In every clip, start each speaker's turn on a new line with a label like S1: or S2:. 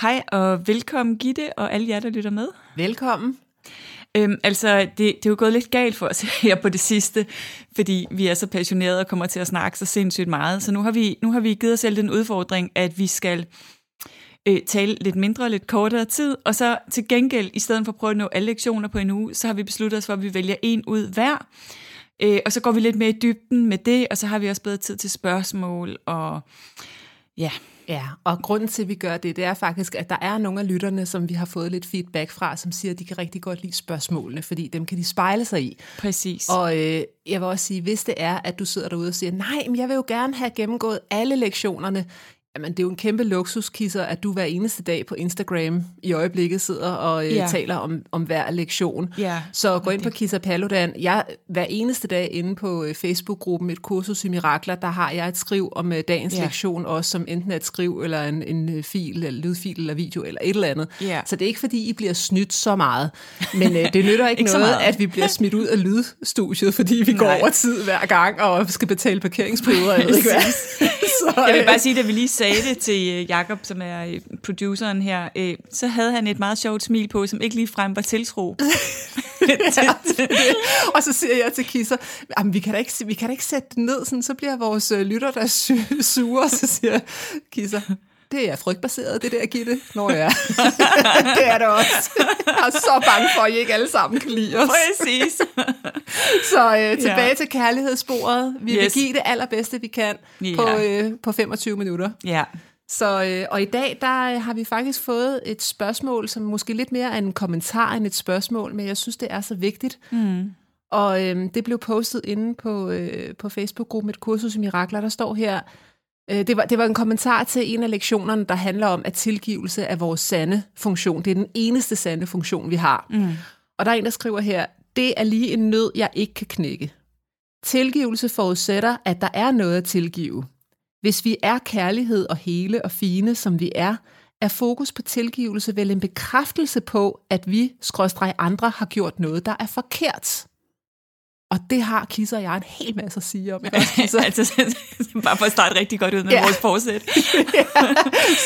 S1: Hej og velkommen Gitte og alle jer, der lytter med.
S2: Velkommen.
S1: Øhm, altså, det, det er jo gået lidt galt for os her på det sidste, fordi vi er så passionerede og kommer til at snakke så sindssygt meget. Så nu har vi, nu har vi givet os selv den udfordring, at vi skal øh, tale lidt mindre og lidt kortere tid, og så til gengæld, i stedet for at prøve at nå alle lektioner på en uge, så har vi besluttet os for, at vi vælger en ud hver, øh, og så går vi lidt mere i dybden med det, og så har vi også bedre tid til spørgsmål, og ja,
S2: Ja, og grunden til, at vi gør det, det er faktisk, at der er nogle af lytterne, som vi har fået lidt feedback fra, som siger, at de kan rigtig godt lide spørgsmålene, fordi dem kan de spejle sig i.
S1: præcis.
S2: Og øh, jeg vil også sige, hvis det er, at du sidder derude og siger, nej, men jeg vil jo gerne have gennemgået alle lektionerne, jamen det er jo en kæmpe luksuskisser, at du hver eneste dag på Instagram i øjeblikket sidder og øh,
S1: Ja.
S2: ja. taler om, om hver lektion.
S1: Ja,
S2: Så gå ind på Kisser Paludan. Jeg, hver eneste dag inde på øh, Facebook-gruppen Et Kursus i Mirakler, der har jeg et skriv om øh, dagens
S1: Ja.
S2: ja. lektion, også som enten er et skriv eller en, en øh, fil, eller lydfil eller video eller et eller andet.
S1: Ja.
S2: Så det er ikke, fordi I bliver snydt så meget. Men øh, det nytter ikke,
S1: Ikke så
S2: noget,
S1: meget.
S2: at vi bliver smidt ud af lydstudiet, fordi vi Nej. går
S1: Nej.
S2: over tid hver gang og skal betale parkeringsbøder. Jeg, ved ikke hvad. så,
S1: Jeg vil
S2: øh,
S1: bare sige, at da vi lige sagde det til øh, Jakob, som er øh, produceren her, øh, så havde han et meget sjovt smil på, som ikke lige frem var tiltro.
S2: øh, og så siger jeg til Kisser, jamen, vi kan da ikke, vi kan da ikke sætte det ned, sådan, så bliver vores øh, lytter der sy- sure, så siger Kisser, det er frygtbaseret, det der, Gitte. Nå ja, det er det også. Jeg er så bange for, at I ikke alle sammen kan lide os.
S1: Præcis.
S2: Så øh, tilbage ja. til kærlighedssporet. Vi yes. vil
S1: Yes.
S2: give det allerbedste, vi kan
S1: Ja.
S2: yeah. på, øh, på 25 minutter.
S1: Ja,
S2: Så, øh, og i dag der øh, har vi faktisk fået et spørgsmål, som måske lidt mere er en kommentar end et spørgsmål, men jeg synes, det er så vigtigt. Mm. Og øh, det blev postet inde på, øh, på Facebook-gruppen Et Kursus i Mirakler, der står her, øh, det, var, det var en kommentar til en af lektionerne, der handler om, at tilgivelse er vores sande funktion. Det er den eneste sande funktion, vi har. Mm. Og der er en, der skriver her, det er lige en nød, jeg ikke kan knække. Tilgivelse forudsætter, at der er noget at tilgive. Hvis vi er kærlighed og hele og fine, som vi er, er fokus på tilgivelse vel en bekræftelse på, at vi, skråstreg andre, har gjort noget, der er forkert. Og det har Kisser og jeg en hel masse at sige om. ikke også, Kisser?
S1: altså bare for at starte rigtig godt ud med ja.
S2: Ja.
S1: vores forsæt.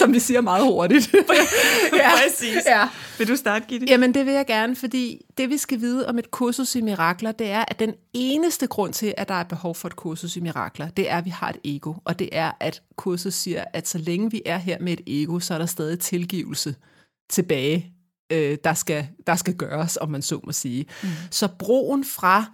S2: som vi siger meget hurtigt. ja.
S1: Præcis.
S2: Ja.
S1: Vil du starte, Gitte?
S2: Jamen det vil jeg gerne, fordi det vi skal vide om et kursus i mirakler, det er, at den eneste grund til, at der er behov for et kursus i mirakler, det er, at vi har et ego. Og det er, at kurset siger, at så længe vi er her med et ego, så er der stadig tilgivelse tilbage, øh, der, skal, der skal gøres, om man så må sige. Mm. Så broen fra,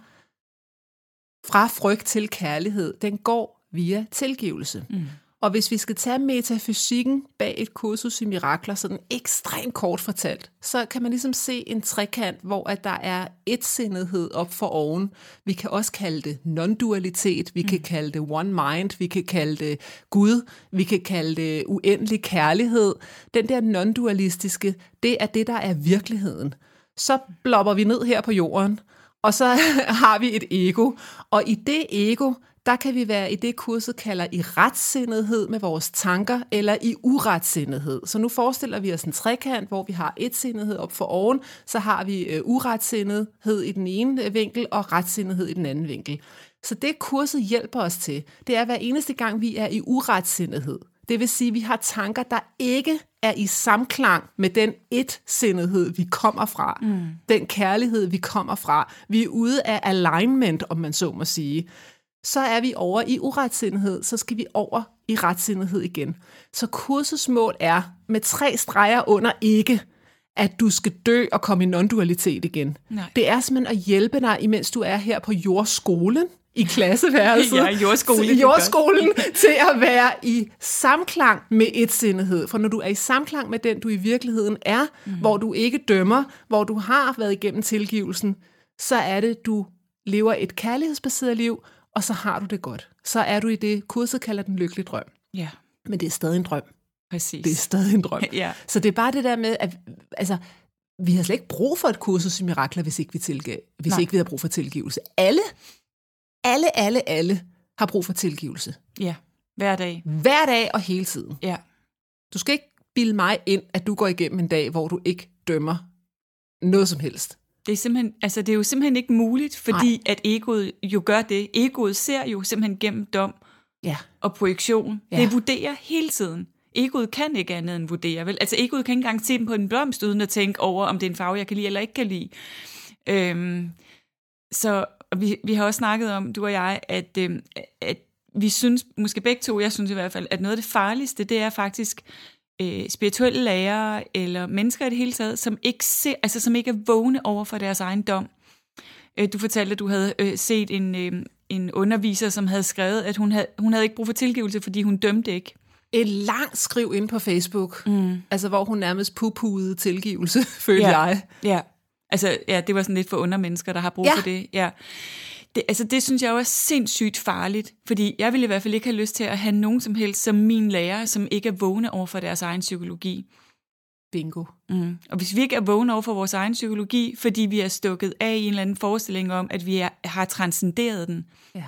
S2: fra frygt til kærlighed, den går via tilgivelse. Mm. Og hvis vi skal tage metafysikken bag et kursus i mirakler, sådan ekstremt kort fortalt, så kan man ligesom se en trekant, hvor at der er etsindighed op for oven. Vi kan også kalde det non-dualitet, vi kan kalde det one mind, vi kan kalde det Gud, vi kan kalde det uendelig kærlighed. Den der non-dualistiske, det er det, der er virkeligheden. Så blopper vi ned her på jorden, og så har vi et ego, og i det ego, der kan vi være i det, kurset kalder i retsindighed med vores tanker, eller i uretsindighed. Så nu forestiller vi os en trekant, hvor vi har etsindighed op for oven, så har vi øh, uretsindighed i den ene øh, vinkel, og retsindighed i den anden vinkel. Så det kurset hjælper os til, det er hver eneste gang, vi er i uretsindighed. Det vil sige, at vi har tanker, der ikke er i samklang med den etsindighed, vi kommer fra. Mm. Den kærlighed, vi kommer fra. Vi er ude af alignment, om man så må sige så er vi over i uretsindighed, så skal vi over i retsindighed igen. Så kursets mål er, med tre streger under ikke, at du skal dø og komme i non-dualitet igen.
S1: Nej.
S2: Det er simpelthen at hjælpe dig, imens du er her på jordskolen i klasseværelset.
S1: Ja, jordskole, det er
S2: I jordskolen til at være i samklang med etsindighed. For når du er i samklang med den, du i virkeligheden er, mm. hvor du ikke dømmer, hvor du har været igennem tilgivelsen, så er det, du lever et kærlighedsbaseret liv, og så har du det godt. Så er du i det, kurset kalder den lykkelige drøm.
S1: Ja,
S2: Men det er stadig en drøm.
S1: præcis.
S2: Det er stadig en drøm.
S1: Ja.
S2: Så det er bare det der med, at altså, vi har slet ikke brug for et kursus i mirakler, hvis ikke vi, tilgav, hvis
S1: Nej.
S2: ikke vi har brug for tilgivelse. Alle, alle, alle, alle har brug for tilgivelse.
S1: Ja, hver dag.
S2: Hver dag og hele tiden.
S1: Ja,
S2: Du skal ikke bilde mig ind, at du går igennem en dag, hvor du ikke dømmer noget som helst.
S1: det er, simpelthen, altså, det er jo simpelthen ikke muligt, fordi Nej. at egoet jo gør det. Egoet ser jo simpelthen gennem dom
S2: Ja.
S1: og projektion. Ja.
S2: Ja.
S1: Det vurderer hele tiden. Egoet kan ikke andet end vurdere, vel? Altså egoet kan ikke engang se dem på en blomst, uden at tænke over, om det er en farve, jeg kan lide eller ikke kan lide. Øhm, så og vi, vi har også snakket om, du og jeg, at, øhm, at vi synes, måske begge to, jeg synes i hvert fald, at noget af det farligste, det er faktisk øh, spirituelle lærere eller mennesker i det hele taget, som ikke, ser, altså, som ikke er vågne over for deres egen dom. Øh, Du fortalte, at du havde øh, set en, øh, en underviser, som havde skrevet, at hun havde, hun havde ikke brug for tilgivelse, fordi hun dømte ikke.
S2: Et langt skriv ind på Facebook, mm. altså hvor hun nærmest pupudede tilgivelse, føler
S1: Ja.
S2: jeg.
S1: Ja. Altså, ja, det var sådan lidt for undermennesker, der har brug ja.
S2: Ja.
S1: for det. Ja. Det, altså, det synes jeg jo er sindssygt farligt, fordi jeg ville i hvert fald ikke have lyst til at have nogen som helst som min lærer, som ikke er vågne over for deres egen psykologi.
S2: Bingo.
S1: Mm. Og hvis vi ikke er vågne over for vores egen psykologi, fordi vi er stukket af i en eller anden forestilling om, at vi er, har transcenderet den,
S2: Ja.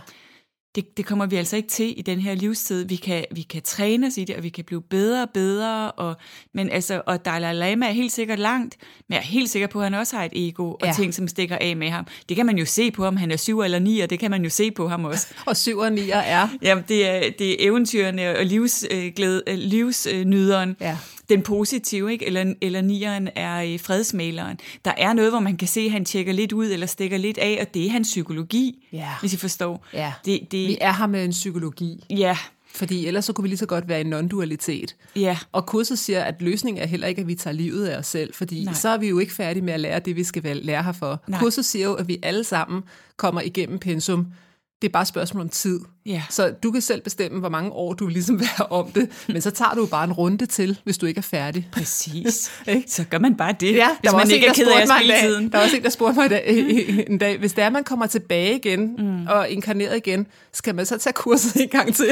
S1: det, det kommer vi altså ikke til i den her livstid. Vi kan, vi kan træne os i det, og vi kan blive bedre og bedre. Og, men altså, og Dalai Lama er helt sikkert langt, men jeg er helt sikker på, at han også har et ego og ja.
S2: Ja.
S1: ting, som stikker af med ham. Det kan man jo se på, om han er syv eller ni, og det kan man jo se på ham også.
S2: Og syv og nier er
S1: Jamen, det er, det er eventyrene og livsnyderen. Øh, livs, øh, nyderen.
S2: Ja.
S1: Den positive, ikke? Eller, eller nieren er øh, fredsmaleren. Der er noget, hvor man kan se, at han tjekker lidt ud eller stikker lidt af, og det er hans psykologi,
S2: Ja.
S1: hvis I forstår.
S2: Ja.
S1: Det, det,
S2: Vi er her med en psykologi,
S1: Ja,
S2: fordi ellers så kunne vi lige så godt være i non-dualitet.
S1: ja,
S2: Og kurset siger, at løsningen er heller ikke, at vi tager livet af os selv, fordi
S1: Nej.
S2: Nej. så er vi jo ikke færdige med at lære det, vi skal være- lære herfor.
S1: Nej.
S2: Nej. Kurset siger jo, at vi alle sammen kommer igennem pensum. Det er bare et spørgsmål om tid.
S1: Ja.
S2: Så du kan selv bestemme, hvor mange år du vil ligesom være om det, men så tager du jo bare en runde til, hvis du ikke er færdig.
S1: præcis.
S2: Ikke?
S1: Så gør man bare det,
S2: Ja,
S1: hvis
S2: var
S1: man
S2: også
S1: ikke
S2: en,
S1: er
S2: der
S1: ked af
S2: spurgte
S1: at
S2: mig en
S1: spille
S2: dag-
S1: tiden. Mm.
S2: Der var også en, der spurgte mig da- en dag, hvis det er, man kommer tilbage igen mm. og inkarneret igen, skal man så tage kurset en gang til?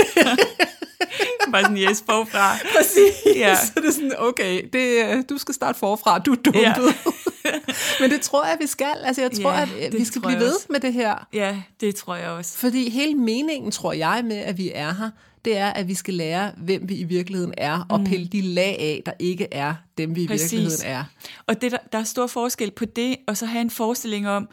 S1: Bare sådan, yes, forfra.
S2: Præcis.
S1: Ja.
S2: Ja. Så det er sådan, okay, det, øh, du skal starte forfra, du er dumpet.
S1: Ja.
S2: Ja. Men det tror jeg, vi skal. Altså, jeg tror,
S1: Ja,
S2: ja, at
S1: det
S2: øh, vi skal
S1: tror
S2: blive
S1: jeg
S2: ved
S1: også.
S2: med det her.
S1: Ja, det tror jeg også.
S2: Fordi hele meningen, tror jeg, med, at vi er her, det er, at vi skal lære, hvem vi i virkeligheden er, og pille de lag af, der ikke er dem, vi i
S1: Mm. Præcis.
S2: virkeligheden er.
S1: Og det, der, der er stor forskel på det, og så have en forestilling om,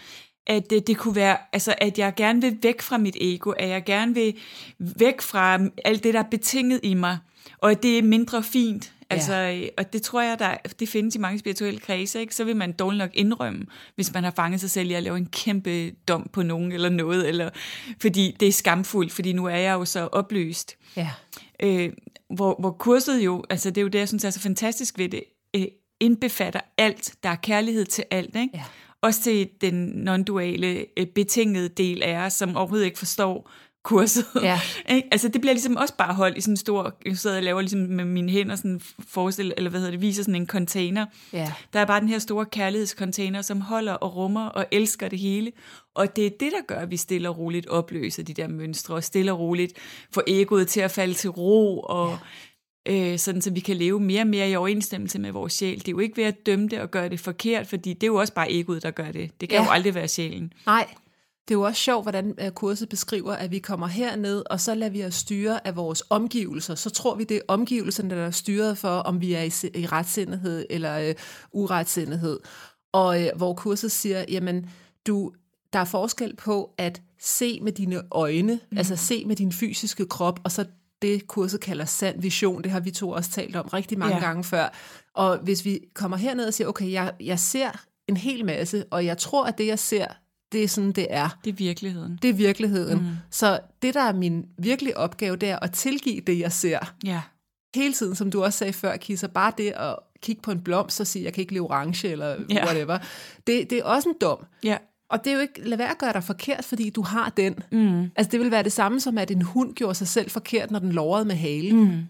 S1: at øh, det, det kunne være, altså at jeg gerne vil væk fra mit ego, at jeg gerne vil væk fra alt det, der er betinget i mig, og at det er mindre fint. Altså, øh, og det tror jeg, der, det findes i mange spirituelle kredse, ikke? så vil man dårligt nok indrømme, hvis man har fanget sig selv i at lave en kæmpe dom på nogen eller noget, eller, fordi det er skamfuldt, fordi nu er jeg jo så opløst.
S2: Ja.
S1: Øh, hvor, hvor kurset jo, altså det er jo det, jeg synes er så fantastisk ved det, øh, indbefatter alt. Der er kærlighed til alt, ikke?
S2: Ja.
S1: Også til den non-duale, øh, betingede del af os, som overhovedet ikke forstår kurset.
S2: Ja.
S1: Ikke? altså det bliver ligesom også bare holdt i sådan en stor, jeg sidder og laver ligesom med mine hænder sådan en forestil, eller hvad hedder det, viser sådan en container.
S2: Ja.
S1: Der er bare den her store kærlighedscontainer, som holder og rummer og elsker det hele. Og det er det, der gør, at vi stille og roligt opløser de der mønstre, og stille og roligt får egoet til at falde til ro, og ja. øh, sådan, så vi kan leve mere og mere i overensstemmelse med vores sjæl. Det er jo ikke ved at dømme det og gøre det forkert, fordi det er jo også bare egoet, der gør det. Det kan ja.
S2: Ja.
S1: jo aldrig være sjælen.
S2: Nej. Det er jo også sjovt, hvordan øh, kurset beskriver, at vi kommer herned, og så lader vi os styre af vores omgivelser. Så tror vi, det er omgivelserne, der er styret for, om vi er i, si- i retsindighed eller øh, uretsindighed. Og øh, hvor kurset siger, jamen, du, der er forskel på at se med dine øjne, mm. altså se med din fysiske krop, og så det kurset kalder sand vision, det har vi to også talt om rigtig mange
S1: Ja.
S2: ja. gange før. Og hvis vi kommer herned og siger, okay, jeg, jeg ser en hel masse, og jeg tror, at det, jeg ser, det er sådan, det er.
S1: Det er virkeligheden.
S2: Det er virkeligheden. Mm. Så det, der er min virkelige opgave, det er at tilgive det, jeg ser.
S1: Ja,
S2: Hele tiden, som du også sagde før, Kisser, bare det at kigge på en blomst og sige, jeg kan ikke leve orange eller
S1: Ja.
S2: ja. whatever. Det, det er også en dom.
S1: Ja.
S2: Og det er jo ikke, lad være at gøre dig forkert, fordi du har den. Mm. Altså det vil være det samme som, at en hund gjorde sig selv forkert, når den lovrede med halen. Mm.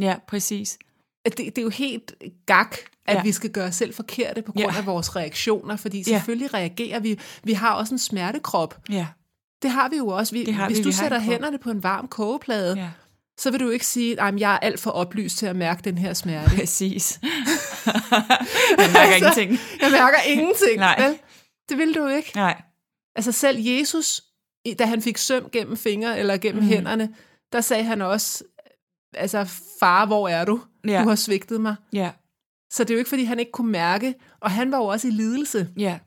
S1: ja, præcis.
S2: Det, det er jo helt gak,
S1: Ja.
S2: at ja. vi skal gøre os selv forkerte på grund
S1: Ja.
S2: ja. af vores reaktioner, fordi
S1: Ja.
S2: selvfølgelig reagerer vi. Vi har også en smertekrop.
S1: Ja,
S2: Det har vi jo også. Vi,
S1: Det har
S2: hvis
S1: vi.
S2: du
S1: Vi har en
S2: sætter
S1: krop.
S2: hænderne på en varm kogeplade,
S1: ja.
S2: så vil du ikke sige, at jeg er alt for oplyst til at mærke den her smerte.
S1: præcis. Jeg mærker
S2: Altså-
S1: ingenting.
S2: Jeg mærker ingenting,
S1: Nej.
S2: vel? Det vil du ikke.
S1: Nej,
S2: Altså selv Jesus, i- da han fik søm gennem fingre eller gennem mm.
S1: Mhm.
S2: hænderne, der sagde han også, altså far, hvor er du?
S1: Ja.
S2: Du har svigtet mig.
S1: ja,
S2: Så det er jo ikke, fordi han ikke kunne mærke, og han var jo også i lidelse,
S1: ja,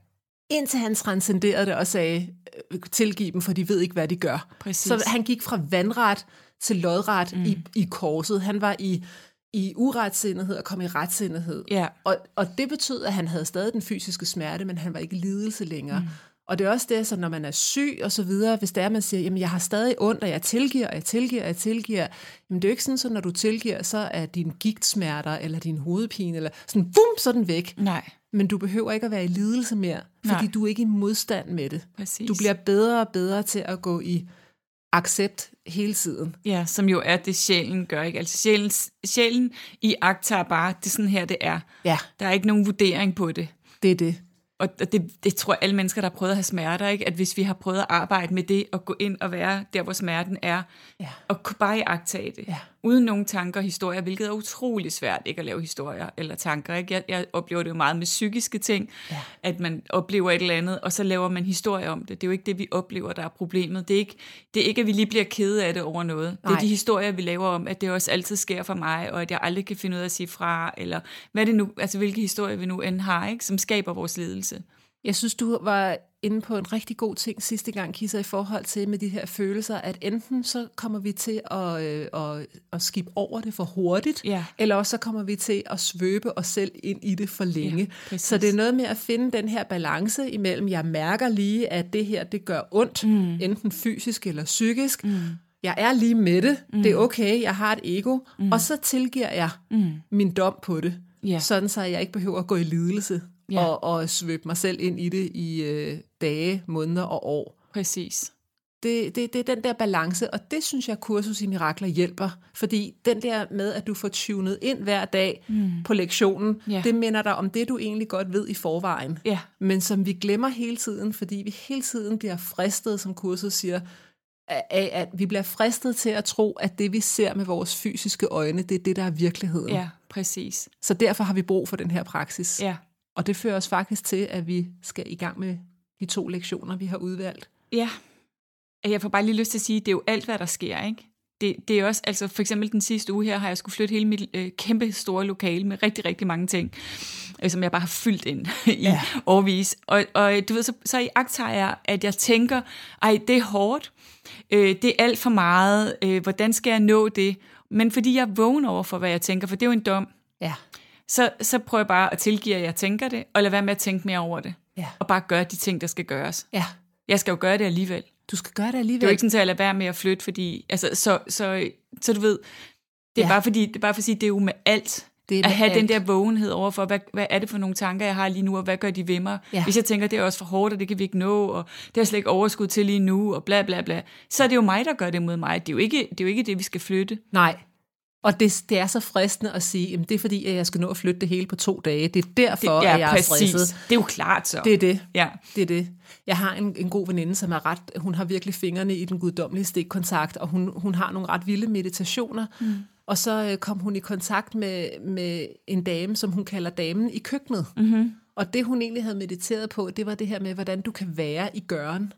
S2: indtil han transcenderede det og sagde, "Øh, tilgiv dem, for de ved ikke, hvad de gør.
S1: præcis.
S2: Så han gik fra vandret til lodret mm. i, i korset. Han var i, i uretsindighed og kom i retsindighed.
S1: Ja,
S2: Og, og det betød, at han havde stadig den fysiske smerte, men han var ikke i lidelse længere. Mm. Og det er også det, så når man er syg og så videre, hvis det er, man siger, jamen jeg har stadig ondt, og jeg tilgiver, og jeg tilgiver, og jeg tilgiver. Jamen det er jo ikke sådan, så når du tilgiver, så er dine gigtsmerter, eller din hovedpine, eller sådan, bum, så er den væk.
S1: nej,
S2: Men du behøver ikke at være i lidelse mere, fordi
S1: Nej.
S2: Nej. du er ikke i modstand med det.
S1: præcis.
S2: Du bliver bedre og bedre til at gå i accept hele tiden.
S1: Ja, som jo er det, sjælen gør, ikke? Altså sjælen, sjælen i akt tager bare, det er sådan her, det er.
S2: Ja,
S1: Der er ikke nogen vurdering på det.
S2: det er det.
S1: Og og det, det tror jeg, alle mennesker, der har prøvet at have smerter, ikke? at hvis vi har prøvet at arbejde med det, og gå ind og være der, hvor smerten er,
S2: Ja.
S1: og kunne bare iagtage det,
S2: Ja.
S1: uden nogen tanker og historier, hvilket er utrolig svært ikke at lave historier eller tanker. Ikke? Jeg, jeg oplever det jo meget med psykiske ting, ja. at man oplever et eller andet, og så laver man historier om det. Det er jo ikke det, vi oplever, der er problemet. Det er ikke, det er ikke at vi lige bliver kede af det over noget. Det er
S2: Nej.
S1: de historier, vi laver om, at det også altid sker for mig, og at jeg aldrig kan finde ud af at sige fra, eller hvad det nu, altså hvilke historier vi nu end har, ikke? som skaber vores ledelse.
S2: Jeg synes, du var inde på en rigtig god ting sidste gang, Kisser, i forhold til med de her følelser, at enten så kommer vi til at, øh, at, at skibe over det for hurtigt,
S1: Ja.
S2: eller også så kommer vi til at svøbe os selv ind i det for længe.
S1: præcis.
S2: så det er noget med at finde den her balance imellem, jeg mærker lige, at det her det gør ondt, mm. enten fysisk eller psykisk. Mm. Jeg er lige med det, mm. det er okay, jeg har et ego, mm. og så tilgiver jeg mm. min dom på det
S1: Ja.
S2: sådan så jeg ikke behøver at gå i lidelse
S1: Ja.
S2: ja. og, og svøbe mig selv ind i det i øh, dage, måneder og år.
S1: Præcis.
S2: Det, det, det er den der balance, og det synes jeg, kursus i mirakler hjælper. Fordi den der med, at du får tunet ind hver dag mm. på lektionen,
S1: Ja.
S2: ja. det minder dig om det, du egentlig godt ved i forvejen.
S1: Ja,
S2: Men som vi glemmer hele tiden, fordi vi hele tiden bliver fristet, som kurset siger, af, af- at vi bliver fristet til at tro, at det vi ser med vores fysiske øjne, det er det, der er virkeligheden.
S1: ja, præcis.
S2: Så derfor har vi brug for den her praksis.
S1: Ja.
S2: Og det fører os faktisk til, at vi skal i gang med de to lektioner, vi har udvalgt.
S1: Ja. Jeg får bare lige lyst til at sige, det er jo alt, hvad der sker, ikke? Det, det er også, altså for eksempel den sidste uge her, har jeg skulle flytte hele mit øh, kæmpe store lokale med rigtig, rigtig mange ting, øh, som jeg bare har fyldt ind i ja. årvis. Og, og øh, du ved, så, så i akt jeg, at jeg tænker, ej, det er hårdt, øh, det er alt for meget, øh, hvordan skal jeg nå det? Men fordi jeg vågner over for, hvad jeg tænker, for det er jo en dom,
S2: Ja.
S1: så, så prøver jeg bare at tilgive, at jeg tænker det, og lad være med at tænke mere over det.
S2: Ja.
S1: Og bare gøre de ting, der skal gøres.
S2: Ja.
S1: Jeg skal jo gøre det alligevel.
S2: Du skal gøre det
S1: Det er
S2: alligevel.
S1: jo ikke sådan, at jeg lader være med at flytte, fordi... Altså, så, så, så du ved, det er, ja.
S2: Ja.
S1: bare fordi, det er bare for at sige, det er jo med alt.
S2: Det er
S1: at
S2: med
S1: have den
S2: alt.
S1: der vågenhed overfor, hvad, hvad er det for nogle tanker, jeg har lige nu, og hvad gør de ved mig? Ja.
S2: Ja.
S1: Hvis jeg tænker, det er også for hårdt, og det kan vi ikke nå, og det har jeg slet ikke overskud til lige nu, og bla bla bla, så er det jo mig, der gør det mod mig. Det er jo ikke det, er jo ikke det vi skal flytte.
S2: Nej. Og det, det er så fristende at sige, jamen det er fordi, at jeg skal nå at flytte det hele på to dage. Det er derfor, det, at jeg er fristet.
S1: Det er jo klart så.
S2: Det er det.
S1: Ja,
S2: Det er det. Jeg har en, en god veninde, som er ret, hun har virkelig fingrene i den guddommelige stikkontakt, og hun, hun har nogle ret vilde meditationer. Mm. Og så øh, kom hun i kontakt med, med en dame, som hun kalder damen i køkkenet. Mm-hmm. Og det, hun egentlig havde mediteret på, det var det her med, hvordan du kan være i gøren.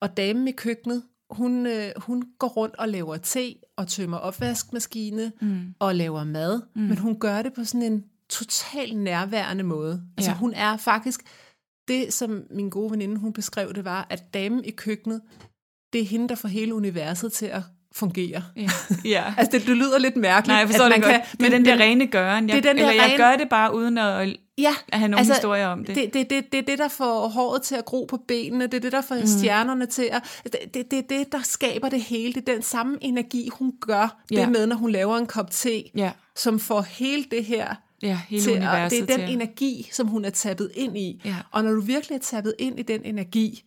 S2: Og damen i køkkenet, hun, øh, hun går rundt og laver te og tømmer opvaskemaskine mm. og laver mad, mm. men hun gør det på sådan en total nærværende måde. Altså
S1: Ja.
S2: ja. hun er faktisk, det som min gode veninde hun beskrev det var, at damen i køkkenet, det er hende, der får hele universet til at fungere.
S1: ja. ja.
S2: Altså det, det lyder lidt mærkeligt,
S1: Nej, jeg forstår
S2: at
S1: det
S2: man
S1: godt.
S2: kan,
S1: men den der rene gøren, jeg,
S2: det er den der
S1: eller jeg
S2: rene-
S1: gør det bare uden at
S2: Ja, altså,
S1: at have nogle historier om det.
S2: Det er det, det, det, er det, der får håret til at gro på benene, det er det, der får mm. stjernerne til at... Det er det, det, det, der skaber det hele, det er den samme energi, hun gør
S1: Ja.
S2: det med, når hun laver en kop te,
S1: Ja.
S2: som får hele det her
S1: Ja, hele
S2: til at,
S1: universet
S2: det er den
S1: til at-
S2: energi, som hun er tappet ind i.
S1: Ja.
S2: Og når du virkelig er tappet ind i den energi,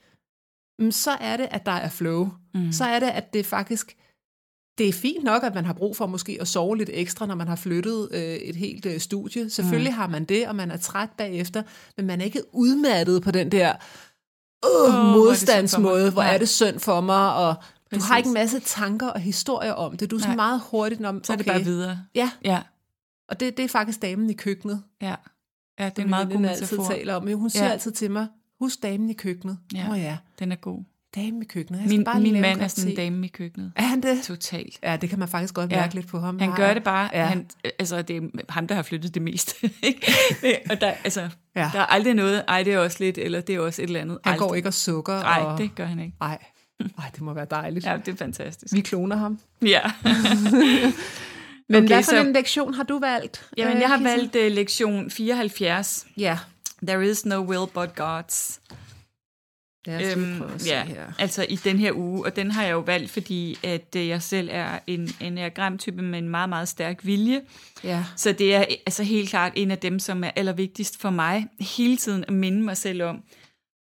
S2: mm, så er det, at der er flow.
S1: Mm.
S2: Så er det, at det faktisk det er fint nok, at man har brug for måske at sove lidt ekstra, når man har flyttet øh, et helt øh, studie. Selvfølgelig
S1: Mm.
S2: har man det, og man er træt bagefter, men man er ikke udmattet på den der
S1: Åh, hvor er
S2: øh,
S1: det synd for
S2: modstandsmåde,
S1: mig.
S2: hvor er
S1: Nej.
S2: det synd for mig, og du har
S1: Præcis.
S2: ikke en masse tanker og historier om det. Du er sådan
S1: Nej.
S2: meget hurtigt, når, okay,
S1: Så er det bare videre.
S2: ja,
S1: Ja,
S2: og det, det er faktisk damen i køkkenet,
S1: ja. Ja, det er en
S2: min
S1: meget god
S2: veninde altid
S1: metafor.
S2: taler om. Men Hun siger
S1: Ja.
S2: altid til mig, husk damen i køkkenet. Åh
S1: Ja.
S2: ja. Oh, ja,
S1: Den er god.
S2: damen i køkkenet. Jeg skal
S1: Min,
S2: bare lige
S1: min
S2: lave
S1: mand
S2: kop
S1: er sådan en
S2: te."
S1: dame i køkkenet.
S2: Er han det?
S1: Totalt.
S2: Ja, det kan man faktisk godt
S1: Ja.
S2: mærke lidt på ham.
S1: Han
S2: Nej.
S1: gør det bare.
S2: Ja.
S1: Ja. Han, altså, det er ham, der har flyttet det meste. ikke? og der, altså,
S2: Ja.
S1: ja. der er aldrig noget, ej, det er også lidt, eller det er også et eller andet.
S2: Han
S1: aldrig.
S2: går ikke og sukker.
S1: Nej,
S2: og...
S1: det gør han ikke.
S2: Ej. Ej, det må være dejligt.
S1: Ja, det er fantastisk.
S2: Vi kloner ham.
S1: Ja.
S2: Men okay, hvad for
S1: så-
S2: en lektion har du valgt?
S1: Jamen,
S2: øh,
S1: jeg har
S2: Kisse?
S1: valgt uh, lektion 74.
S2: Ja,
S1: There is no will but God's.
S2: lad os lige prøve at se
S1: Øhm, ja,
S2: her.
S1: altså i den her uge, og den har jeg jo valgt, fordi at øh, jeg selv er en, en diagramtype med en meget, meget stærk vilje.
S2: Ja.
S1: Så det er øh, altså helt klart en af dem, som er allervigtigst for mig, hele tiden at minde mig selv om,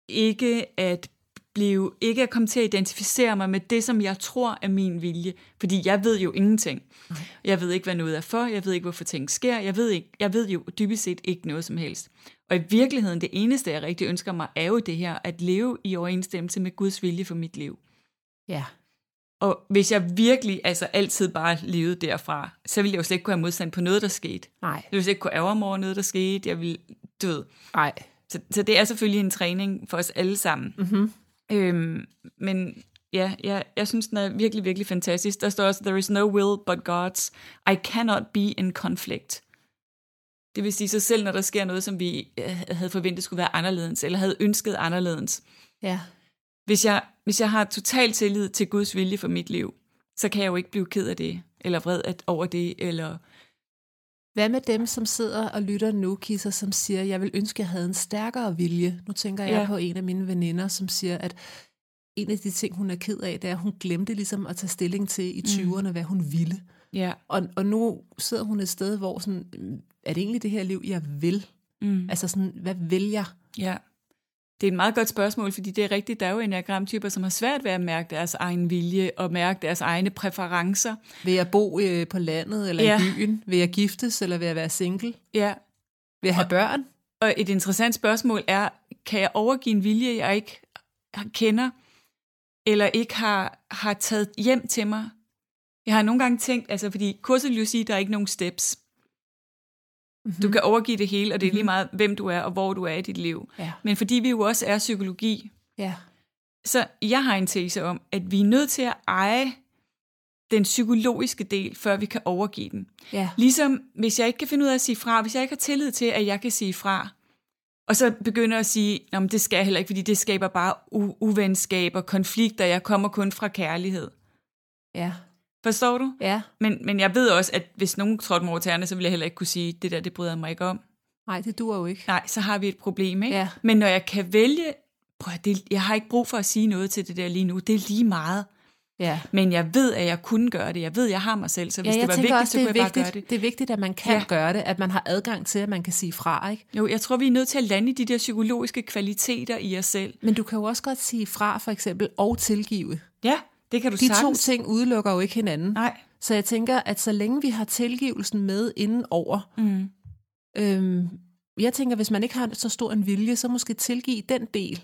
S1: ikke at blive, ikke at komme til at identificere mig med det, som jeg tror er min vilje, fordi jeg ved jo ingenting. Jeg ved ikke, hvad noget er for, jeg ved ikke, hvorfor ting sker, jeg ved, ikke, jeg ved jo dybest set ikke noget som helst. Og i virkeligheden, det eneste, jeg rigtig ønsker mig, er jo det her, at leve i overensstemmelse med Guds vilje for mit liv.
S2: ja.
S1: Og hvis jeg virkelig altså altid bare levede derfra, så ville jeg jo slet ikke kunne have modstand på noget, der skete.
S2: Nej.
S1: Jeg ville slet ikke kunne ærge mig over noget, der skete. Jeg ville, du ved.
S2: Nej.
S1: Så, så det er selvfølgelig en træning for os alle sammen.
S2: Mm-hmm.
S1: Øhm, men ja, jeg, jeg synes, den er virkelig, virkelig fantastisk. Der står også, there is no will but God's. I cannot be in conflict. Det vil sige, så selv når der sker noget, som vi øh, havde forventet skulle være anderledes, eller havde ønsket anderledes,
S2: Ja.
S1: hvis jeg, hvis jeg har total tillid til Guds vilje for mit liv, så kan jeg jo ikke blive ked af det, eller vred at, over det, eller...
S2: Hvad med dem, som sidder og lytter nu, Kisser, som siger, jeg vil ønske, jeg havde en stærkere vilje? Nu tænker jeg
S1: Ja.
S2: på en af mine veninder, som siger, at en af de ting, hun er ked af, det er, at hun glemte ligesom at tage stilling til i
S1: Mm.
S2: 20'erne, hvad hun ville.
S1: Ja.
S2: Og, og nu sidder hun et sted, hvor sådan, "Mm, er det egentlig det her liv, jeg vil?
S1: Mm.
S2: Altså sådan, hvad vil jeg?
S1: Ja. Det er et meget godt spørgsmål, fordi det er rigtigt, der er jo enagramtyper, som har svært ved at mærke deres egen vilje og mærke deres egne præferencer.
S2: Vil jeg bo øh, på landet eller
S1: Ja.
S2: i byen? Vil jeg giftes, eller vil jeg være single?
S1: Ja.
S2: Vil jeg have børn?
S1: Og et interessant spørgsmål er, kan jeg overgive en vilje, jeg ikke kender, eller ikke har, har taget hjem til mig? Jeg har nogle gange tænkt, altså fordi kurset vil jo sige, at der er ikke nogen steps. Du kan overgive det hele, og det er lige meget, hvem du er og hvor du er i dit liv.
S2: Ja.
S1: Men fordi vi jo også er psykologi,
S2: Ja.
S1: så jeg har en tese om, at vi er nødt til at eje den psykologiske del, før vi kan overgive den.
S2: Ja.
S1: Ligesom hvis jeg ikke kan finde ud af at sige fra, hvis jeg ikke har tillid til, at jeg kan sige fra, og så begynder at sige, at det skal jeg heller ikke, fordi det skaber bare u- uvenskab og konflikter, jeg kommer kun fra kærlighed.
S2: Ja.
S1: Forstår du?
S2: Ja.
S1: Men, men jeg ved også, at hvis nogen trådte mig over tæerne, så ville jeg heller ikke kunne sige, det der, det bryder jeg mig ikke om.
S2: Nej, det duer jo ikke.
S1: Nej, så har vi et problem, ikke?
S2: Ja.
S1: Men når jeg kan vælge, prøv, at det, jeg har ikke brug for at sige noget til det der lige nu, det er lige meget.
S2: Ja.
S1: Men jeg ved, at jeg kunne gøre det. Jeg ved, at jeg har mig selv, så hvis
S2: ja,
S1: det
S2: jeg
S1: var
S2: tænker
S1: vigtigt,
S2: også,
S1: så
S2: det
S1: kunne
S2: er
S1: jeg
S2: vigtigt,
S1: bare gøre det.
S2: det er vigtigt, at man kan
S1: Ja.
S2: gøre det, at man har adgang til, at man kan sige fra, ikke?
S1: Jo, jeg tror, vi er nødt til at lande i de der psykologiske kvaliteter i os selv.
S2: Men du kan jo også godt sige fra, for eksempel, og tilgive.
S1: Ja, det kan du
S2: De
S1: sagtens.
S2: to ting udelukker jo ikke hinanden.
S1: Nej,
S2: Så jeg tænker, at så længe vi har tilgivelsen med inden over,
S1: Mm.
S2: øhm, jeg tænker, hvis man ikke har så stor en vilje, så måske tilgive den del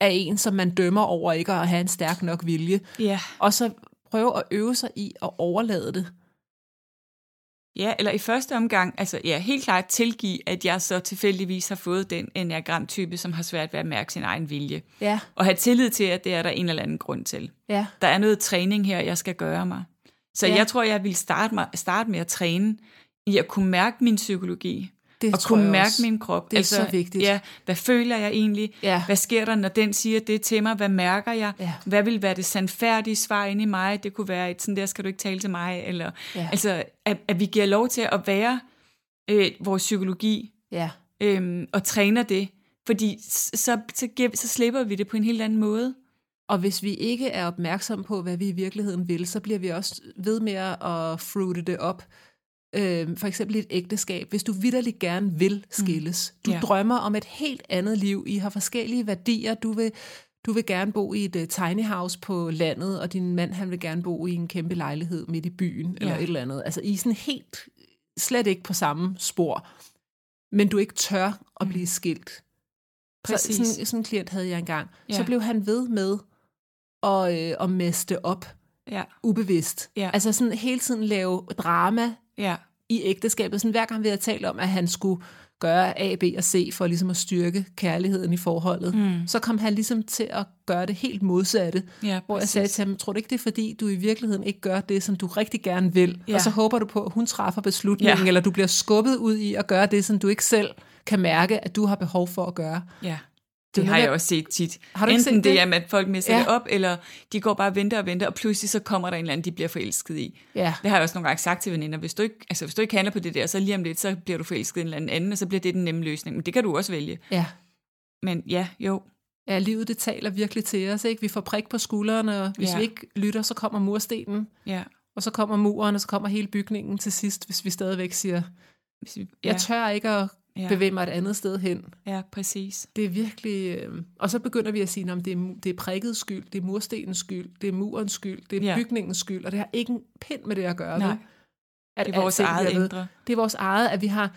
S2: af en, som man dømmer over ikke at have en stærk nok vilje,
S1: ja.
S2: og så prøve at øve sig i at overlade det.
S1: Ja, eller i første omgang, altså ja, helt klart tilgive, at jeg så tilfældigvis har fået den enagramtype, som har svært ved at mærke sin egen vilje.
S2: Ja,
S1: Og have tillid til, at det er der en eller anden grund til.
S2: ja,
S1: der er noget træning her, jeg skal gøre mig. Så
S2: Ja.
S1: ja. jeg tror, jeg vil starte, mig, starte med at træne i at kunne mærke min psykologi.
S2: det
S1: og
S2: tror
S1: kunne
S2: jeg
S1: mærke
S2: også.
S1: min krop. Altså,
S2: Det er så vigtigt.
S1: Ja, hvad føler jeg egentlig?
S2: Ja.
S1: Hvad sker der, når den siger det til mig? Hvad mærker jeg?
S2: Ja.
S1: Hvad vil være det sandfærdige svar inde i mig? Det kunne være et sådan der, skal du ikke tale til mig? Eller,
S2: Ja.
S1: Altså, at, at vi giver lov til at være øh, vores psykologi
S2: Ja,
S1: øh, og træner det. Fordi s- så, så, giver, så slipper vi det på en helt anden måde.
S2: og hvis vi ikke er opmærksomme på, hvad vi i virkeligheden vil, så bliver vi også ved med at fruite det op øh, for eksempel i et ægteskab, hvis du vidderligt gerne vil skilles. Du
S1: Mm. Ja.
S2: ja. drømmer om et helt andet liv. I har forskellige værdier. Du vil, du vil gerne bo i et øh, tiny house på landet, og din mand han vil gerne bo i en kæmpe lejlighed midt i byen, eller
S1: Ja.
S2: et eller andet. Altså, I er sådan helt, slet ikke på samme spor. Men du ikke tør at
S1: Mm.
S2: blive skilt.
S1: Præcis.
S2: Så, sådan, sådan en klient havde jeg engang. Ja.
S1: Ja.
S2: Så blev han ved med at, øh, at meste op
S1: Ja,
S2: ubevidst.
S1: Ja.
S2: Altså sådan hele tiden lave drama
S1: ja,
S2: i ægteskabet. Sådan hver gang vi havde talt om, at han skulle gøre A, B og C for ligesom at styrke kærligheden i forholdet,
S1: Mm.
S2: så kom han ligesom til at gøre det helt modsatte.
S1: ja
S2: Hvor jeg
S1: præcis.
S2: sagde til ham, tror du ikke det er fordi, du i virkeligheden ikke gør det, som du rigtig gerne vil,
S1: Ja.
S2: og så håber du på, at hun træffer beslutningen,
S1: Ja.
S2: eller du bliver skubbet ud i at gøre det, som du ikke selv kan mærke, at du har behov for at gøre.
S1: Ja.
S2: er
S1: Det har
S2: noget,
S1: jeg
S2: der-
S1: også set tit.
S2: Har du ikke
S1: Enten det,
S2: set det?
S1: er, at folk mister ja.
S2: Ja.
S1: det op, eller de går bare og venter og venter, og pludselig så kommer der en eller anden, de bliver forelsket i.
S2: Ja.
S1: Det har jeg også nogle gange sagt til veninder. Hvis du, ikke, altså, hvis du ikke handler på det der, så lige om lidt, så bliver du forelsket i en eller anden, og så bliver det den nemme løsning. Men det kan du også vælge.
S2: Ja.
S1: Men ja, jo.
S2: Ja, livet det taler virkelig til os, ikke? Vi får prik på skuldrene, og hvis
S1: Ja.
S2: ja. vi ikke lytter, så kommer murstenen,
S1: Ja.
S2: og så kommer muren, og så kommer hele bygningen til sidst, hvis vi stadigvæk siger,
S1: Hvis vi, ja,
S2: jeg tør ikke at
S1: ja,
S2: bevæge mig et andet sted hen.
S1: ja, præcis.
S2: Det er virkelig... Øh... Og så begynder vi at sige, om det er, mu- det er prikkets skyld, det er murstenens skyld, det er murens skyld, det er
S1: Ja.
S2: ja. bygningens skyld, og det har ikke en pind med det at gøre.
S1: Nej,
S2: vel? At
S1: det er vores
S2: alting
S1: eget
S2: bliver ved.
S1: indre.
S2: Det er vores eget, at vi har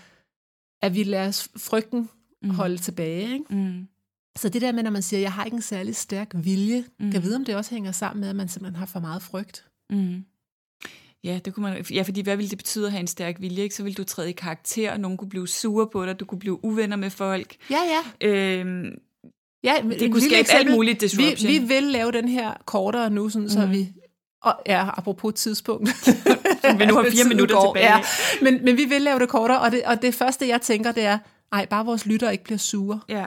S2: at vi lader os frygten
S1: Mm.
S2: holde tilbage. Ikke?
S1: Mm.
S2: Så det der med, når man siger, jeg har ikke en særlig stærk vilje,
S1: Mm.
S2: mm. kan vide, om det også hænger sammen med, at man simpelthen har for meget frygt.
S1: Mm. Ja, det kunne man, ja, fordi hvad ville det betyde at have en stærk vilje? Ikke? Så ville du træde i karakter, og nogen kunne blive sure på dig, du kunne blive uvenner med folk.
S2: Ja, ja.
S1: Øhm,
S2: ja men
S1: det
S2: et
S1: kunne
S2: lille
S1: skabe alt
S2: eksempel.
S1: muligt disruption.
S2: Vi, vi vil lave den her kortere nu, sådan, så
S1: Mhm.
S2: vi... Og, ja, apropos tidspunkt.
S1: vi nu har fire
S2: Tiden
S1: minutter tilbage.
S2: Ja. Men, men vi vil lave det kortere, og det, og det første, jeg tænker, det er, ej, bare vores lytter ikke bliver sure.
S1: ja,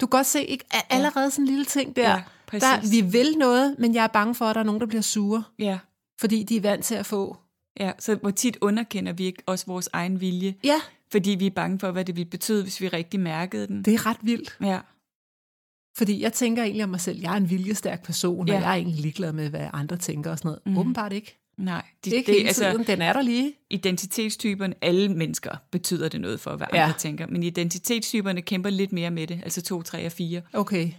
S2: Du kan godt se, ikke A- allerede sådan en lille ting der.
S1: ja, præcis.
S2: der vi vil noget, men jeg er bange for, at der er nogen, der bliver sure,
S1: ja,
S2: fordi de er vant til at få.
S1: ja, så hvor tit underkender vi ikke også vores egen vilje,
S2: Ja,
S1: fordi vi er bange for, hvad det ville betyde, hvis vi rigtig mærkede den.
S2: det er ret vildt.
S1: Ja,
S2: Fordi jeg tænker egentlig om mig selv, jeg er en viljestærk person, ja.
S1: Ja.
S2: og jeg er egentlig ligeglad med, hvad andre tænker og sådan noget.
S1: Mhm.
S2: Mm. Åbenbart ikke.
S1: nej.
S2: Det, ikke hele altså, tiden, den er der lige.
S1: identitetstyperne, alle mennesker betyder det noget for, hvad andre
S2: Ja.
S1: tænker, men identitetstyperne kæmper lidt mere med det, altså 2, 3 og 4,
S2: Okay,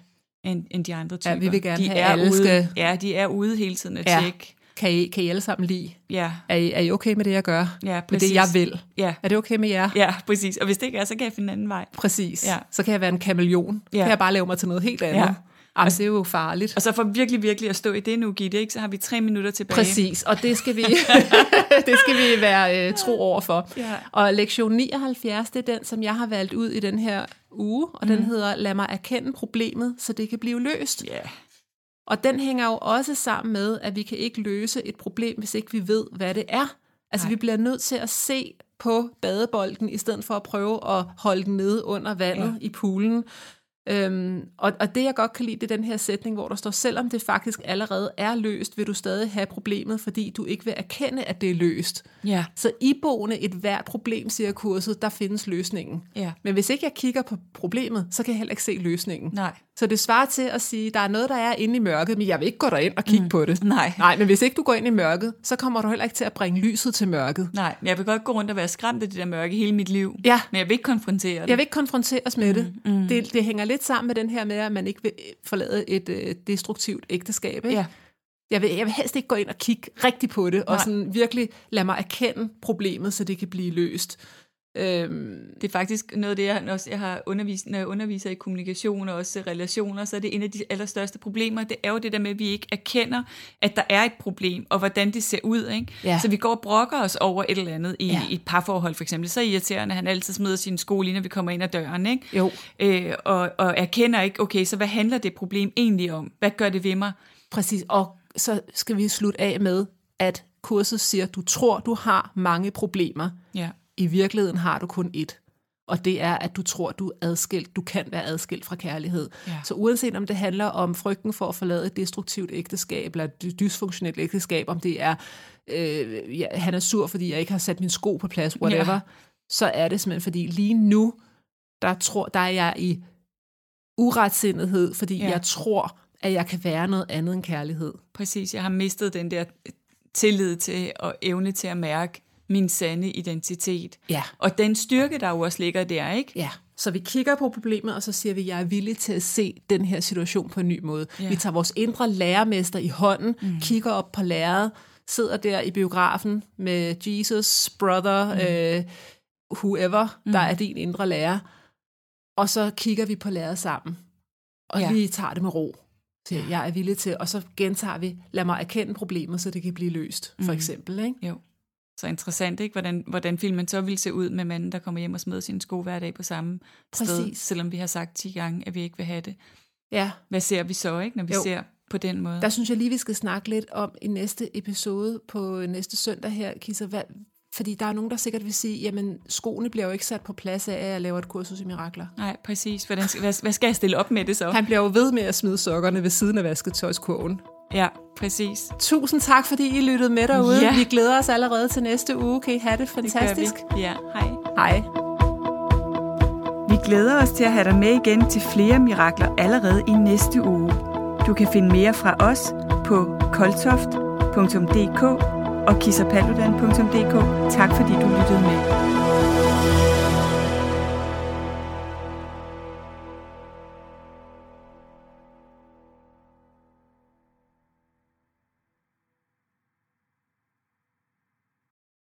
S1: end, end de andre typer.
S2: Ja, vi vil gerne
S1: de
S2: have,
S1: er
S2: alle
S1: ude,
S2: skal-
S1: Ja, de er ude hele tiden at
S2: Ja.
S1: tjekke.
S2: kan I, kan I alle sammen lide?
S1: Ja,
S2: Er I, er I okay med det, jeg gør?
S1: ja,
S2: Med
S1: præcis.
S2: det, jeg vil?
S1: Ja,
S2: Er det okay med jer?
S1: ja, præcis. Og hvis det ikke er, så kan jeg finde en anden vej.
S2: Præcis.
S1: Ja.
S2: Så kan jeg være en kameleon.
S1: Ja.
S2: Ja. Kan jeg bare lave mig til noget helt andet?
S1: Ja.
S2: Ja. Jamen, det er jo farligt.
S1: Og så for virkelig, virkelig at stå i det nu, Gitte, ikke? så har vi tre minutter tilbage.
S2: Præcis, og det skal vi, det skal vi være øh, tro over for.
S1: Ja.
S2: Og lektion 79, det er den, som jeg har valgt ud i den her uge, og mm.
S1: Mhm.
S2: den hedder, lad mig erkende problemet, så det kan blive løst.
S1: Ja, yeah.
S2: Og den hænger jo også sammen med, at vi kan ikke løse et problem, hvis ikke vi ved, hvad det er. Altså,
S1: Nej.
S2: Nej. vi bliver nødt til at se på badebolden, i stedet for at prøve at holde den nede under vandet ja. i poolen. Øhm, og, og det, jeg godt kan lide, det er den her sætning, hvor der står, selvom det faktisk allerede er løst, vil du stadig have problemet, fordi du ikke vil erkende, at det er løst.
S1: ja,
S2: Så iboende et hvert problem, siger kurset, der findes løsningen.
S1: ja.
S2: Men hvis ikke jeg kigger på problemet, så kan jeg heller ikke se løsningen.
S1: Nej,
S2: Så det svarer til at sige, der er noget, der er inde i mørket, men jeg vil ikke gå derind og kigge mm. på det.
S1: nej.
S2: Nej, men hvis ikke du går ind i mørket, så kommer du heller ikke til at bringe lyset til mørket.
S1: Nej, men jeg vil godt gå rundt og være skræmt af det der mørke hele mit liv.
S2: Ja.
S1: Men jeg vil ikke konfrontere det.
S2: Jeg vil ikke konfronteres med det. Mm. det. Det hænger lidt sammen med den her med, at man ikke vil øh, forlade et øh, destruktivt ægteskab. Ikke?
S1: Ja,
S2: Jeg, vil, jeg vil helst ikke gå ind og kigge rigtigt på det, Nej. og
S1: Nej.
S2: sådan virkelig lade mig erkende problemet, så det kan blive løst. Øhm,
S1: det er faktisk noget af det, jeg, også, jeg har undervist, når jeg underviser i kommunikation og også relationer, så er det en af de allerstørste problemer, det er jo det der med, at vi ikke erkender, at der er et problem, og hvordan det ser ud. Ikke?
S2: Ja.
S1: Så vi går og brokker os over et eller andet i, ja.
S2: Ja.
S1: i et parforhold, for eksempel. Så irriterende, at han altid smider sine sko lige, når vi kommer ind ad døren. Ikke?
S2: Jo.
S1: Øh, og, og erkender ikke, okay, så hvad handler det problem egentlig om? Hvad gør det ved mig?
S2: Præcis, og så skal vi slutte af med, at kurset siger, du tror, du har mange problemer.
S1: Ja,
S2: I virkeligheden har du kun ét. Og det er, at du tror, du er adskilt. Du kan være adskilt fra kærlighed.
S1: Ja.
S2: Så uanset om det handler om frygten for at forlade et destruktivt ægteskab, eller et dy- dysfunktionelt ægteskab, om det er, øh, ja, han er sur, fordi jeg ikke har sat min sko på plads, whatever,
S1: Ja.
S2: ja. så er det simpelthen, fordi lige nu, der, tror, der er jeg i uretsindighed, fordi
S1: Ja.
S2: ja. jeg tror, at jeg kan være noget andet end kærlighed.
S1: præcis. Jeg har mistet den der tillid til og evne til at mærke, min sande identitet.
S2: Ja.
S1: Og den styrke, der jo også ligger der, ikke?
S2: Ja, så vi kigger på problemet, og så siger vi, at jeg er villig til at se den her situation på en ny måde.
S1: Ja.
S2: Vi tager vores indre lærermester i hånden, mm. kigger op på lærret, sidder der i biografen med Jesus, brother, mm. øh, whoever, der er din indre lærer, og så kigger vi på lærret sammen. Og
S1: Ja.
S2: ja. vi tager det med ro. Til, jeg er villig til, og så gentager vi, lad mig erkende problemet, så det kan blive løst, for eksempel. Ikke?
S1: Jo. Så interessant, ikke? Hvordan, hvordan filmen så ville se ud med manden, der kommer hjem og smider sine sko hver dag på samme sted,
S2: Præcis.
S1: selvom vi har sagt 10 gange, at vi ikke vil have det.
S2: Ja.
S1: Hvad ser vi så, ikke, når vi jo.
S2: Jo.
S1: ser på den måde?
S2: Der synes jeg lige, vi skal snakke lidt om i næste episode på næste søndag her, Kisser. Hvad, fordi der er nogen, der sikkert vil sige, jamen skoene bliver jo ikke sat på plads af, at jeg laver et kursus i mirakler.
S1: Nej, præcis. Hvordan, skal- hvad, hvad skal jeg stille op med det så?
S2: Han bliver jo ved med at smide sokkerne ved siden af vasketøjskurven.
S1: Ja, præcis.
S2: Tusind tak, fordi I lyttede med derude.
S1: Ja.
S2: Vi glæder os allerede til næste uge. Kan I have det
S1: Det gør vi.
S2: fantastisk?
S1: Ja, hej.
S2: Hej.
S1: Vi glæder os til at have dig med igen til flere mirakler allerede i næste uge. Du kan finde mere fra os på koltoft.dk og kissapaludan.dk. Tak fordi du lyttede med.